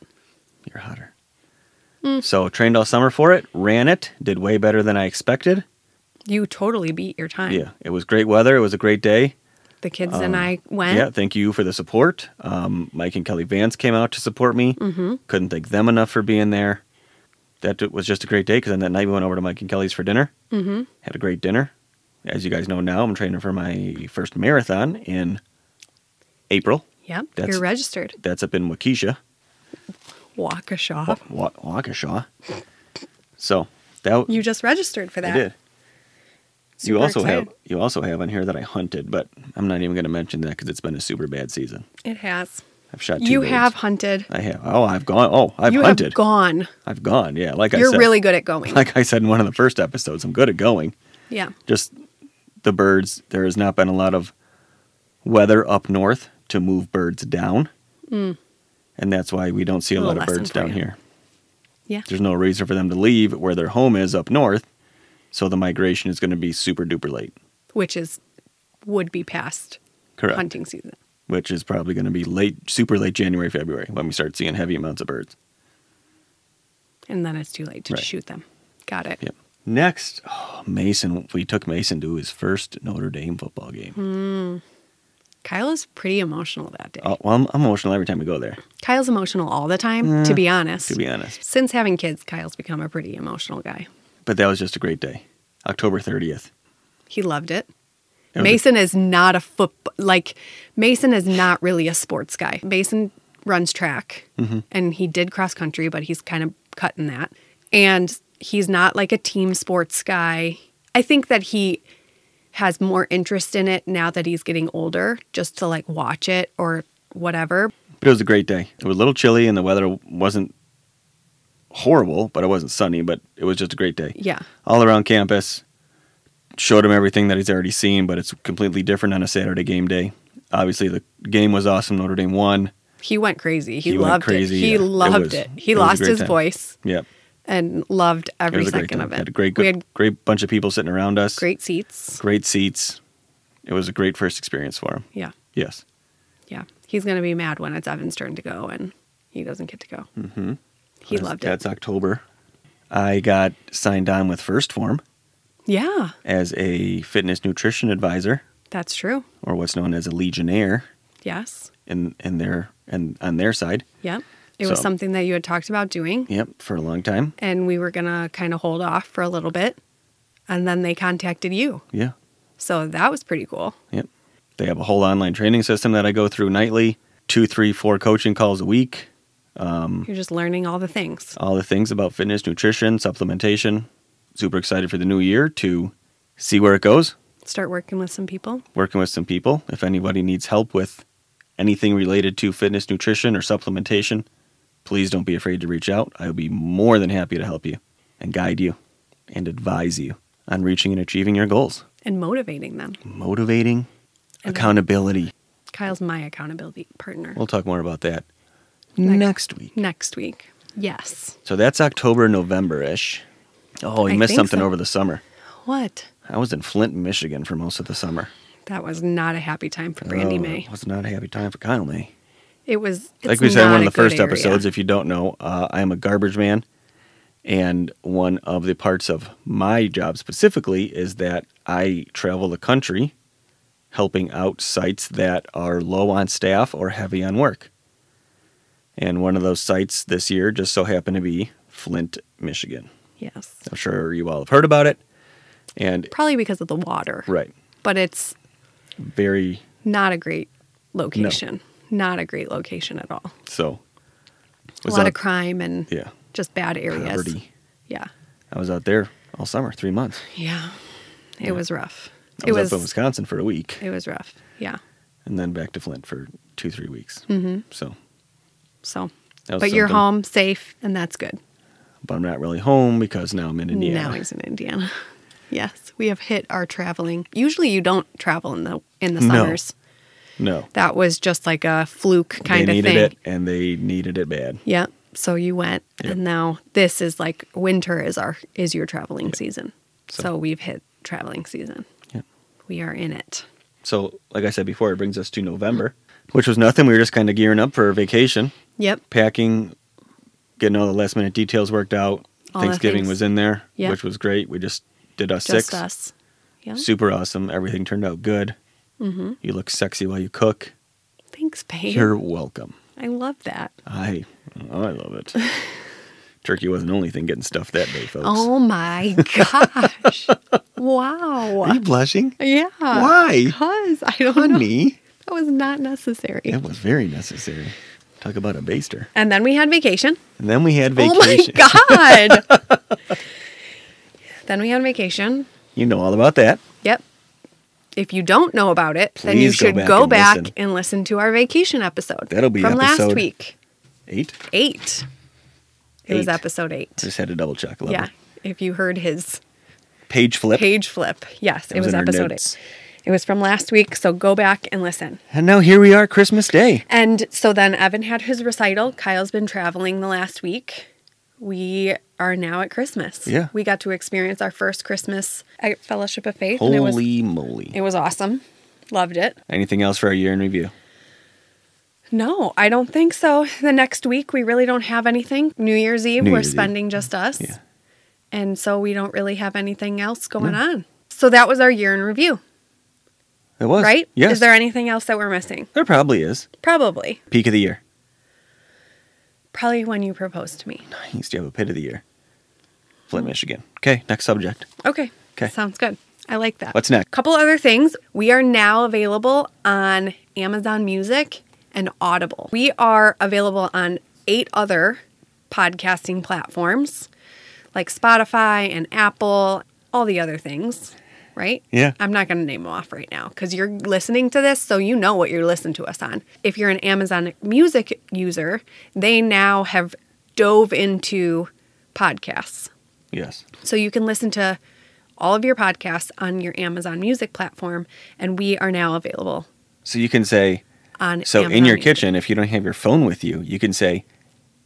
Speaker 1: You're hotter. So trained all summer for it. Ran it. Did way better than I expected.
Speaker 2: You totally beat your time.
Speaker 1: Yeah, Um, it was great weather. It was a great day.
Speaker 2: The kids and I went.
Speaker 1: Yeah, thank you for the support. Um, Mike and Kelly Vance came out to support me. Mm-hmm. Couldn't thank them enough for being there. That d- was just a great day because then that night we went over to Mike and Kelly's for dinner.
Speaker 2: Mhm.
Speaker 1: Had a great dinner. As you guys know now, I'm training for my first marathon in April.
Speaker 2: Yep.
Speaker 1: That's-
Speaker 2: You're registered.
Speaker 1: That's up in Waukesha,
Speaker 2: Waukesha.
Speaker 1: Wa- Wa- Waukesha. So that
Speaker 2: You just registered for
Speaker 1: I
Speaker 2: that.
Speaker 1: did.
Speaker 2: Super
Speaker 1: you also have
Speaker 2: excited.
Speaker 1: you also have on here that I hunted, but I'm not even going to mention that because it's been a super bad season.
Speaker 2: It has.
Speaker 1: I've shot. Two
Speaker 2: You
Speaker 1: birds.
Speaker 2: have hunted.
Speaker 1: I have. Oh, I've gone. Oh, I've
Speaker 2: you
Speaker 1: hunted.
Speaker 2: have gone.
Speaker 1: I've gone. Yeah, like I
Speaker 2: You're
Speaker 1: said.
Speaker 2: really good at going.
Speaker 1: like I said in one of the first episodes, I'm good at going.
Speaker 2: yeah.
Speaker 1: Just the birds. There has not been a lot of weather up north to move birds down,
Speaker 2: Hmm.
Speaker 1: and that's why we don't see a
Speaker 2: Little
Speaker 1: lot of
Speaker 2: lesson
Speaker 1: birds
Speaker 2: for
Speaker 1: down
Speaker 2: you.
Speaker 1: here.
Speaker 2: Yeah.
Speaker 1: There's no reason for them to leave where their home is up north, so the migration is going to be super duper late.
Speaker 2: Which is would be past
Speaker 1: Correct.
Speaker 2: hunting season.
Speaker 1: Which is probably going to be late, super late January, February when we start seeing heavy amounts of birds.
Speaker 2: And then it's too late to
Speaker 1: Right.
Speaker 2: shoot them. Got it.
Speaker 1: Yep. Next, oh, Mason. We took Mason to his first Notre Dame football game.
Speaker 2: Hmm. Kyle's pretty emotional that day.
Speaker 1: Oh, well, I'm, I'm emotional every time we go there.
Speaker 2: Kyle's emotional all the time, to be honest.
Speaker 1: To be honest,
Speaker 2: Since having kids, Kyle's become a pretty emotional guy.
Speaker 1: but that was just a great day. October 30th.
Speaker 2: He loved it.
Speaker 1: It was a-
Speaker 2: Mason is not a foot like Mason is not really a sports guy. Mason runs track
Speaker 1: Mm-hmm.
Speaker 2: and he did cross country, but he's kind of cutting that. And he's not like a team sports guy. I think that he has more interest in it now that he's getting older, just to like watch it or whatever.
Speaker 1: But it was a great day. It was a little chilly and the weather wasn't horrible, but it wasn't sunny. But it was just a great day.
Speaker 2: Yeah.
Speaker 1: All around campus, showed him everything that he's already seen, but it's completely different on a Saturday game day. Obviously, the game was awesome. Notre Dame won.
Speaker 2: He went crazy. He,
Speaker 1: He went
Speaker 2: loved
Speaker 1: crazy,
Speaker 2: it. He
Speaker 1: yeah. It
Speaker 2: loved it.
Speaker 1: was-
Speaker 2: He
Speaker 1: it was a
Speaker 2: lost
Speaker 1: great
Speaker 2: his
Speaker 1: time.
Speaker 2: voice
Speaker 1: Yep.
Speaker 2: and loved
Speaker 1: It
Speaker 2: every
Speaker 1: was a great
Speaker 2: second
Speaker 1: time.
Speaker 2: of it.
Speaker 1: Had a great,
Speaker 2: we
Speaker 1: good,
Speaker 2: had
Speaker 1: great bunch of people sitting around us.
Speaker 2: great seats.
Speaker 1: Great seats. It was a great first experience for him.
Speaker 2: Yeah.
Speaker 1: Yes.
Speaker 2: Yeah. He's going to be mad when it's Evan's turn to go and he doesn't get to go. Mm-hmm. He
Speaker 1: That's-
Speaker 2: loved
Speaker 1: That's
Speaker 2: it.
Speaker 1: October. I got signed on with First Form
Speaker 2: yeah,
Speaker 1: as a fitness nutrition advisor,
Speaker 2: that's true.
Speaker 1: or what's known as a Legionnaire,
Speaker 2: Yes.
Speaker 1: in in their and on their side.
Speaker 2: Yep. It was
Speaker 1: So-
Speaker 2: something that you had talked about doing
Speaker 1: Yep, for a long time.
Speaker 2: and we were going to kind of hold off for a little bit. And then they contacted you.
Speaker 1: Yeah,
Speaker 2: So that was pretty cool.
Speaker 1: yep. They have a whole online training system that I go through nightly. Two, three, four coaching calls a week. Hmm.
Speaker 2: You're just learning all the things.
Speaker 1: All the things about fitness, nutrition, supplementation. Super excited for the new year to see where it goes.
Speaker 2: Start working with some people.
Speaker 1: working with some people. If anybody needs help with anything related to fitness, nutrition, or supplementation, please don't be afraid to reach out. I will be more than happy to help you and guide you and advise you on reaching and achieving your goals.
Speaker 2: And motivating them.
Speaker 1: Motivating, accountability.
Speaker 2: Kyle's my accountability partner
Speaker 1: We'll talk more about that
Speaker 2: Next-
Speaker 1: next week.
Speaker 2: next week. Yes.
Speaker 1: So that's October, November ish. Oh, you
Speaker 2: I
Speaker 1: missed
Speaker 2: think
Speaker 1: something
Speaker 2: so.
Speaker 1: over the summer.
Speaker 2: What?
Speaker 1: I was in Flint, Michigan for most of the summer.
Speaker 2: That was not a happy time for Brandy
Speaker 1: Oh,
Speaker 2: May.
Speaker 1: It was not a happy time for Kyle May.
Speaker 2: It was it's
Speaker 1: like we said in
Speaker 2: not
Speaker 1: one of
Speaker 2: a
Speaker 1: the first
Speaker 2: good area.
Speaker 1: episodes, if you don't know, uh, I am a garbage man. And one of the parts of my job specifically is that I travel the country helping out sites that are low on staff or heavy on work. And one of those sites this year just so happened to be Flint, Michigan.
Speaker 2: Yes.
Speaker 1: I'm sure you all have heard about it. And,
Speaker 2: Probably because of the water.
Speaker 1: right,
Speaker 2: But it's
Speaker 1: very
Speaker 2: not a great location. Not a great location at all.
Speaker 1: so.
Speaker 2: A
Speaker 1: was
Speaker 2: lot
Speaker 1: out-
Speaker 2: of crime and
Speaker 1: Yeah.
Speaker 2: just bad areas.
Speaker 1: Poverty.
Speaker 2: Yeah.
Speaker 1: I was out there all summer, three months.
Speaker 2: Yeah. It was rough.
Speaker 1: I was, up in Wisconsin for a week.
Speaker 2: it was rough. Yeah.
Speaker 1: and then back to Flint for two, three weeks. Mm-hmm. So,
Speaker 2: So
Speaker 1: That was
Speaker 2: but you're
Speaker 1: something.
Speaker 2: home safe and that's good.
Speaker 1: but I'm not really home because now I'm in Indiana.
Speaker 2: Now he's in Indiana. yes. We have hit our traveling. Usually you don't travel in the in the
Speaker 1: No.
Speaker 2: summers.
Speaker 1: no,
Speaker 2: That was just like a fluke kind
Speaker 1: they
Speaker 2: of
Speaker 1: needed
Speaker 2: thing.
Speaker 1: it, and they needed it bad.
Speaker 2: Yeah. So you went,
Speaker 1: Yep.
Speaker 2: and now this is like winter is our is your traveling season. So,
Speaker 1: So-
Speaker 2: we've hit traveling season,
Speaker 1: Yep.
Speaker 2: We are in it.
Speaker 1: So, like I said before, it brings us to November, which was nothing. We were just kind of gearing up for vacation,
Speaker 2: Yep.
Speaker 1: packing, getting all the last minute details worked out.
Speaker 2: All the
Speaker 1: Thanksgiving
Speaker 2: things.
Speaker 1: was in there,
Speaker 2: Yep.
Speaker 1: which was great. We just did us
Speaker 2: Just
Speaker 1: six.
Speaker 2: us. Yeah.
Speaker 1: Super awesome. Everything turned out good.
Speaker 2: Mm-hmm.
Speaker 1: You look sexy while you cook.
Speaker 2: Thanks, babe.
Speaker 1: You're welcome.
Speaker 2: I love that.
Speaker 1: I oh, I love it. Turkey wasn't the only thing getting stuffed that day, folks.
Speaker 2: Oh my gosh. wow.
Speaker 1: Are you blushing?
Speaker 2: Yeah.
Speaker 1: Why?
Speaker 2: Because I don't know.
Speaker 1: Honey.
Speaker 2: That was not necessary.
Speaker 1: It was very necessary. Talk about a baster.
Speaker 2: And then we had vacation.
Speaker 1: And then we had vacation.
Speaker 2: Oh my God. then we had vacation.
Speaker 1: You know all about that.
Speaker 2: Yep. If you don't know about it, then you
Speaker 1: Please go
Speaker 2: should
Speaker 1: back
Speaker 2: go
Speaker 1: and
Speaker 2: back
Speaker 1: listen.
Speaker 2: and listen to our vacation episode.
Speaker 1: That'll be
Speaker 2: from last
Speaker 1: episode
Speaker 2: week.
Speaker 1: Eight.
Speaker 2: Eight. It was
Speaker 1: Eight.
Speaker 2: episode eight.
Speaker 1: Just had to double check. Love
Speaker 2: Yeah.
Speaker 1: it.
Speaker 2: If you heard his
Speaker 1: Page flip.
Speaker 2: page flip. Yes, it
Speaker 1: was
Speaker 2: was,
Speaker 1: in our
Speaker 2: episode
Speaker 1: notes.
Speaker 2: eight. It was from last week, so go back and listen.
Speaker 1: And now here we are, Christmas Day.
Speaker 2: And so then Evan had his recital. Kyle's been traveling the last week. We are now at Christmas.
Speaker 1: Yeah.
Speaker 2: We got to experience our first Christmas at Fellowship of Faith. and it was
Speaker 1: Holy moly.
Speaker 2: it was awesome. Loved it.
Speaker 1: Anything else for our year in review?
Speaker 2: No, I don't think so. The next week we really don't have anything. New Year's Eve
Speaker 1: New
Speaker 2: we're
Speaker 1: Year's Eve.
Speaker 2: spending just us.
Speaker 1: Yeah.
Speaker 2: And so we don't really have anything else going on. So that was our year in review,
Speaker 1: It was.
Speaker 2: right?
Speaker 1: Yes.
Speaker 2: Is there anything else that we're missing?
Speaker 1: There probably is.
Speaker 2: Probably.
Speaker 1: Peak of the year.
Speaker 2: Probably when you proposed to me.
Speaker 1: Nice. Do you have a pit of the year? Flint,
Speaker 2: Hmm.
Speaker 1: Michigan. Okay, next subject.
Speaker 2: Okay.
Speaker 1: 'Kay.
Speaker 2: Sounds good. I like that.
Speaker 1: What's next?
Speaker 2: couple other things. We are now available on Amazon Music and Audible. We are available on eight other podcasting platforms like Spotify and Apple, all the other things, right?
Speaker 1: Yeah.
Speaker 2: I'm not going to name them off right now because you're listening to this, so you know what you're listening to us on. If you're an Amazon Music user, they now have dove into podcasts.
Speaker 1: Yes.
Speaker 2: So you can listen to all of your podcasts on your Amazon Music platform, and we are now available
Speaker 1: So you can say,
Speaker 2: on.
Speaker 1: so in
Speaker 2: Amazon
Speaker 1: your
Speaker 2: Music.
Speaker 1: kitchen, if you don't have your phone with you, you can say,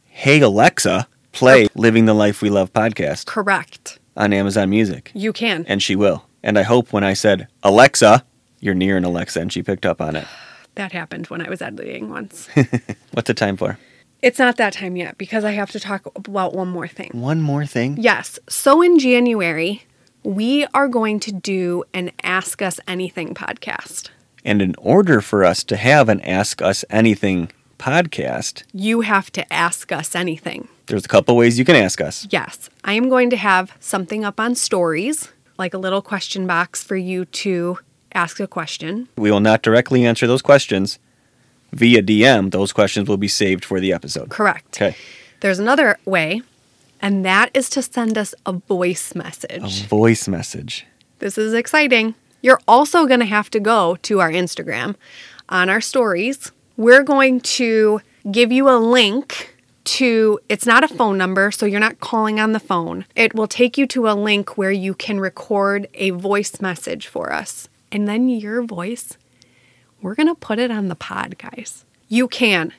Speaker 1: hey, Alexa, play Living the Life We Love podcast
Speaker 2: correct,
Speaker 1: on Amazon Music.
Speaker 2: you can.
Speaker 1: And she will. And I hope when I said, Alexa, you're near an Alexa, and she picked up on it.
Speaker 2: that happened when I was editing once.
Speaker 1: What's the time for?
Speaker 2: it's not that time yet because I have to talk about one more thing.
Speaker 1: One more thing.
Speaker 2: Yes, so in January we are going to do an Ask Us Anything podcast.
Speaker 1: And in order for us to have an Ask Us Anything podcast,
Speaker 2: You have to ask us anything.
Speaker 1: there's a couple ways you can ask us.
Speaker 2: Yes, I am going to have something up on stories, like a little question box for you to ask a question.
Speaker 1: We will not directly answer those questions via DM. Those questions will be saved for the episode.
Speaker 2: Correct.
Speaker 1: Okay.
Speaker 2: There's another way, and that is to send us a voice
Speaker 1: A
Speaker 2: message.
Speaker 1: voice message.
Speaker 2: This is exciting. You're also going to have to go to our Instagram on our stories. We're going to give you a link to it's not a phone number, so you're not calling on the phone. It will take you to a link where you can record a voice message for us. And then your voice, we're going to put it on the pod, guys. You can.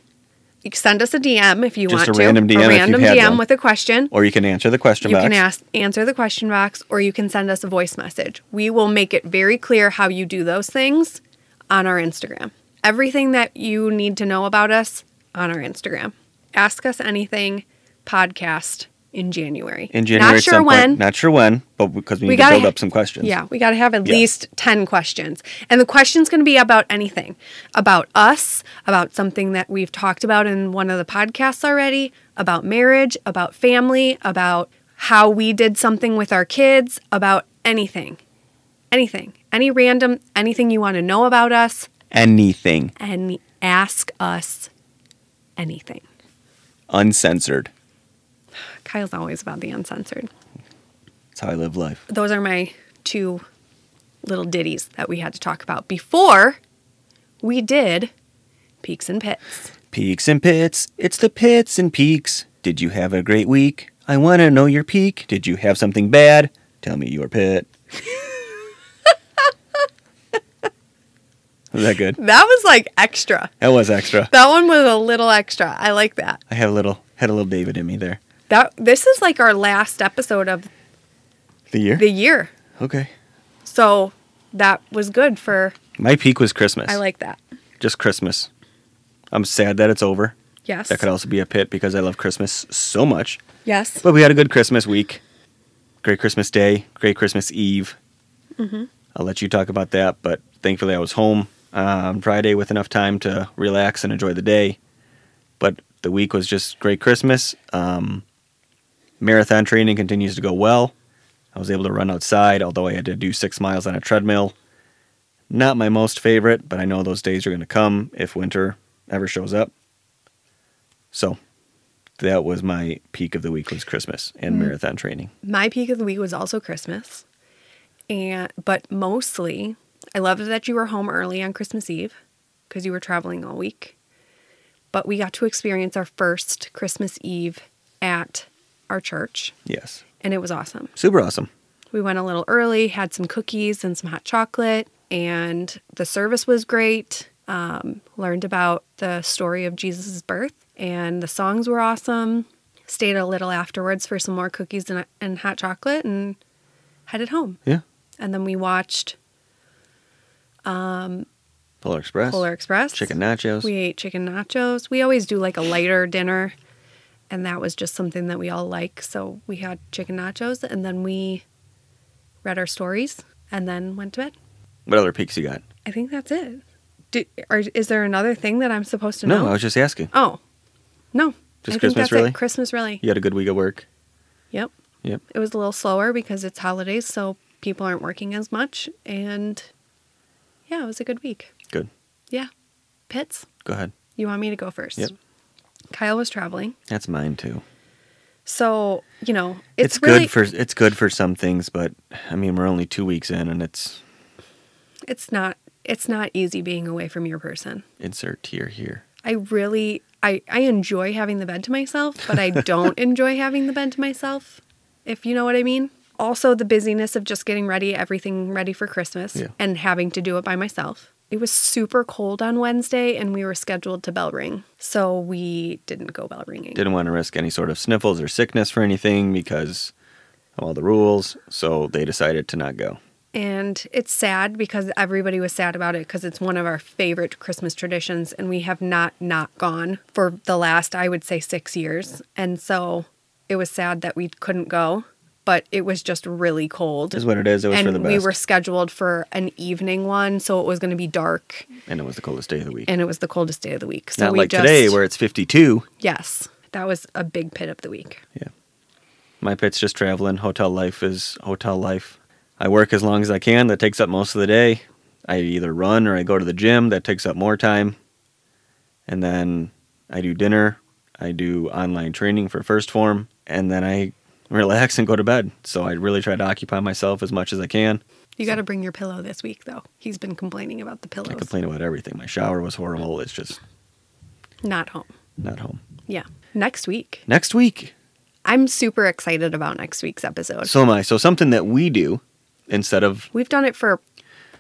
Speaker 2: You can send us a DM if you
Speaker 1: Just
Speaker 2: want
Speaker 1: a random
Speaker 2: to.
Speaker 1: DM if
Speaker 2: a
Speaker 1: you've
Speaker 2: random
Speaker 1: had
Speaker 2: DM
Speaker 1: one.
Speaker 2: with a question
Speaker 1: Or you can answer the question
Speaker 2: you
Speaker 1: box.
Speaker 2: can ask answer the question box or you can send us a voice message we will make it very clear how you do those things on our instagram everything that you need to know about us on our instagram ask us anything podcast in january
Speaker 1: in January
Speaker 2: not
Speaker 1: at
Speaker 2: sure
Speaker 1: some
Speaker 2: when
Speaker 1: point. Not sure when, but because we need
Speaker 2: We
Speaker 1: to
Speaker 2: gotta
Speaker 1: build
Speaker 2: ha-
Speaker 1: up some questions.
Speaker 2: yeah we got to have at
Speaker 1: Yeah.
Speaker 2: least 10 questions and the question's going to be about anything about us about something that we've talked about in one of the podcasts already about marriage about family about how we did something with our kids about anything anything any random anything you want to know about us
Speaker 1: Anything
Speaker 2: and ask us anything
Speaker 1: uncensored.
Speaker 2: kyle's always about the uncensored
Speaker 1: That's how I live life.
Speaker 2: those are my two little ditties that we had to talk about before we did peaks and pits.
Speaker 1: Peaks and pits. It's the pits and peaks. Did you have a great week? I want to know your peak. Did you have something bad? Tell me your pit. was that good?
Speaker 2: That was like extra.
Speaker 1: That was extra.
Speaker 2: That one was a little extra. I like that.
Speaker 1: I had a little had a little David in me there.
Speaker 2: That this is like our last episode of
Speaker 1: The year.
Speaker 2: the year.
Speaker 1: okay.
Speaker 2: So that was good for,
Speaker 1: My peak was Christmas.
Speaker 2: I like that.
Speaker 1: just Christmas. I'm sad that it's over.
Speaker 2: Yes.
Speaker 1: That could also be a pit because I love Christmas so much.
Speaker 2: yes.
Speaker 1: But we had a good Christmas week. Great Christmas Day, great Christmas Eve. I'll let you talk about that, but thankfully I was home on Friday with enough time to relax and enjoy the day. But the week was just great Christmas. Um, marathon training continues to go well. I was able to run outside, although I had to do six miles on a treadmill. Not my most favorite, but I know those days are going to come if winter ever shows up. So that was my peak of the week was Christmas
Speaker 2: Mm.
Speaker 1: and marathon training.
Speaker 2: my peak of the week was also Christmas. And but mostly I loved that you were home early on Christmas Eve because you were traveling all week. But we got to experience our first Christmas Eve at our church
Speaker 1: Yes.
Speaker 2: and it was awesome.
Speaker 1: Super awesome.
Speaker 2: We went a little early, had some cookies and some hot chocolate, and the service was great. Um, learned about the story of Jesus' birth, and the songs were awesome. Stayed a little afterwards for some more cookies and, and hot chocolate and headed home.
Speaker 1: Yeah.
Speaker 2: And then we watched
Speaker 1: Polar Express.
Speaker 2: Polar Express.
Speaker 1: Chicken nachos.
Speaker 2: We ate chicken nachos. We always do like a lighter dinner, and that was just something that we all like. So we had chicken nachos, and then we read our stories, and then went to bed.
Speaker 1: what other peaks you got?
Speaker 2: I think that's it. Do, or is there another thing that I'm supposed to
Speaker 1: No,
Speaker 2: know?
Speaker 1: I was just asking.
Speaker 2: oh, no.
Speaker 1: Just
Speaker 2: I think
Speaker 1: Christmas,
Speaker 2: that's
Speaker 1: really?
Speaker 2: It. Christmas, really.
Speaker 1: You had a good week at work.
Speaker 2: Yep.
Speaker 1: Yep.
Speaker 2: It was a little slower because it's holidays, so people aren't working as much. And yeah, it was a good week.
Speaker 1: Good.
Speaker 2: Yeah. Pits,
Speaker 1: Go ahead.
Speaker 2: you want me to go first?
Speaker 1: Yep.
Speaker 2: Kyle was traveling.
Speaker 1: That's mine too.
Speaker 2: So, you know,
Speaker 1: It's,
Speaker 2: it's, really,
Speaker 1: good for it's good for some things, but I mean we're only two weeks in and it's
Speaker 2: it's not it's not easy being away from your person.
Speaker 1: insert tier here.
Speaker 2: I really I, I enjoy having the bed to myself, but I don't enjoy having the bed to myself, if you know what I mean. Also the busyness of just getting ready, everything ready for Christmas
Speaker 1: Yeah.
Speaker 2: and having to do it by myself. It was super cold on Wednesday and we were scheduled to bell ring. So we didn't go bell ringing.
Speaker 1: Didn't want to risk any sort of sniffles or sickness for anything because of all the rules, so they decided to not go.
Speaker 2: And it's sad because everybody was sad about it because it's one of our favorite Christmas traditions and we have not not gone for the last I would say 6 years. And so it was sad that we couldn't go, but it was just really cold.
Speaker 1: Is what it is. It was
Speaker 2: and
Speaker 1: for the best.
Speaker 2: we were scheduled for an evening one, so it was going to be dark
Speaker 1: and it was the coldest day of the week.
Speaker 2: and it was the coldest day of the week. So
Speaker 1: Not
Speaker 2: we
Speaker 1: like
Speaker 2: just
Speaker 1: today where it's 52.
Speaker 2: Yes. That was a big pit of the week.
Speaker 1: Yeah. My pit's just traveling. Hotel life is hotel life. I work as long as I can. That takes up most of the day. I either run or I go to the gym. That takes up more time. And then I do dinner. I do online training for first form. And then I relax and go to bed. So I really try to occupy myself as much as I can.
Speaker 2: You got to bring your pillow this week though. He's been complaining about the pillows.
Speaker 1: I complain about everything. My shower was horrible. It's just
Speaker 2: Not home.
Speaker 1: not home.
Speaker 2: Yeah. Next week.
Speaker 1: Next week.
Speaker 2: I'm super excited about next week's episode.
Speaker 1: So am I. So something that we do instead of
Speaker 2: We've done it for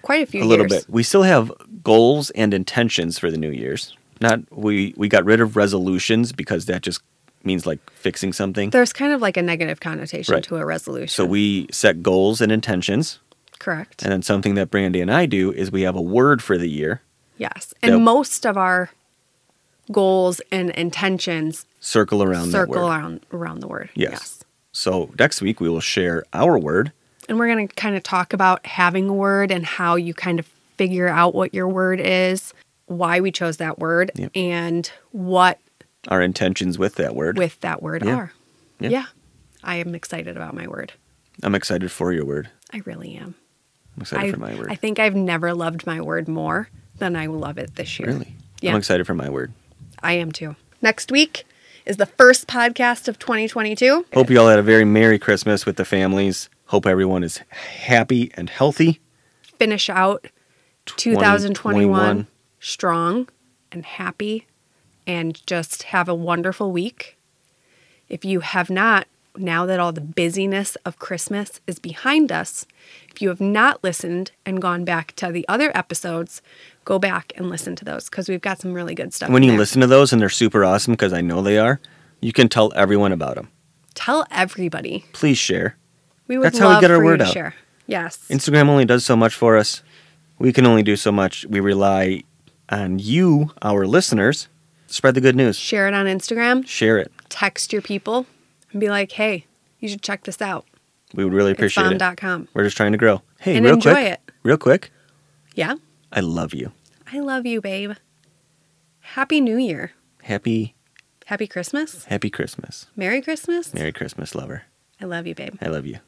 Speaker 2: quite a few
Speaker 1: a little
Speaker 2: years.
Speaker 1: bit. We still have goals and intentions for the new year's. Not we we got rid of resolutions because that just means like fixing something.
Speaker 2: There's kind of like a negative connotation
Speaker 1: Right.
Speaker 2: to a resolution.
Speaker 1: So we set goals and intentions,
Speaker 2: correct.
Speaker 1: and then something that Brandy and I do is we have a word for the year
Speaker 2: yes. And
Speaker 1: Yep.
Speaker 2: most of our goals and intentions
Speaker 1: circle around that
Speaker 2: circle
Speaker 1: word.
Speaker 2: around around the word.
Speaker 1: Yes. So next week we will share our word.
Speaker 2: And we're going to kind of talk about having a word and how you kind of figure out what your word is, why we chose that word,
Speaker 1: Yep.
Speaker 2: and what
Speaker 1: Our intentions with that word.
Speaker 2: with that word
Speaker 1: Yeah.
Speaker 2: are.
Speaker 1: Yeah.
Speaker 2: yeah. I am excited about my word.
Speaker 1: I'm excited for your word.
Speaker 2: I really am.
Speaker 1: I'm excited
Speaker 2: I,
Speaker 1: for my word.
Speaker 2: I think I've never loved my word more than I love it this year.
Speaker 1: really.
Speaker 2: Yeah,
Speaker 1: I'm excited for my word.
Speaker 2: I am too. Next week is the first podcast of 2022.
Speaker 1: Hope you all had a very merry Christmas with the families. Hope everyone is happy and healthy.
Speaker 2: Finish out 2021 strong and happy and just have a wonderful week. If you have not, now that all the busyness of Christmas is behind us, if you have not listened and gone back to the other episodes, go back and listen to those because we've got some really good stuff.
Speaker 1: When
Speaker 2: in
Speaker 1: you
Speaker 2: there.
Speaker 1: listen to those and they're super awesome because I know they are, you can tell everyone about them.
Speaker 2: tell everybody.
Speaker 1: Please share.
Speaker 2: We would
Speaker 1: That's how we
Speaker 2: love
Speaker 1: get our
Speaker 2: for
Speaker 1: word
Speaker 2: you to
Speaker 1: out.
Speaker 2: share. Yes.
Speaker 1: Instagram only does so much for us. We can only do so much. We rely on you, our listeners. Spread the good news.
Speaker 2: Share it on Instagram,
Speaker 1: Share it.
Speaker 2: text your people, and be like, hey, you should check this out.
Speaker 1: We would really
Speaker 2: It's
Speaker 1: appreciate it.
Speaker 2: bomb.com.
Speaker 1: We're just trying to grow. Hey,
Speaker 2: And
Speaker 1: real
Speaker 2: enjoy
Speaker 1: quick.
Speaker 2: it.
Speaker 1: Real quick.
Speaker 2: Yeah.
Speaker 1: I love you.
Speaker 2: I love you, babe. Happy New Year.
Speaker 1: Happy,
Speaker 2: Happy Christmas.
Speaker 1: happy Christmas.
Speaker 2: Merry Christmas.
Speaker 1: Merry Christmas, lover.
Speaker 2: I love you, babe.
Speaker 1: I love you.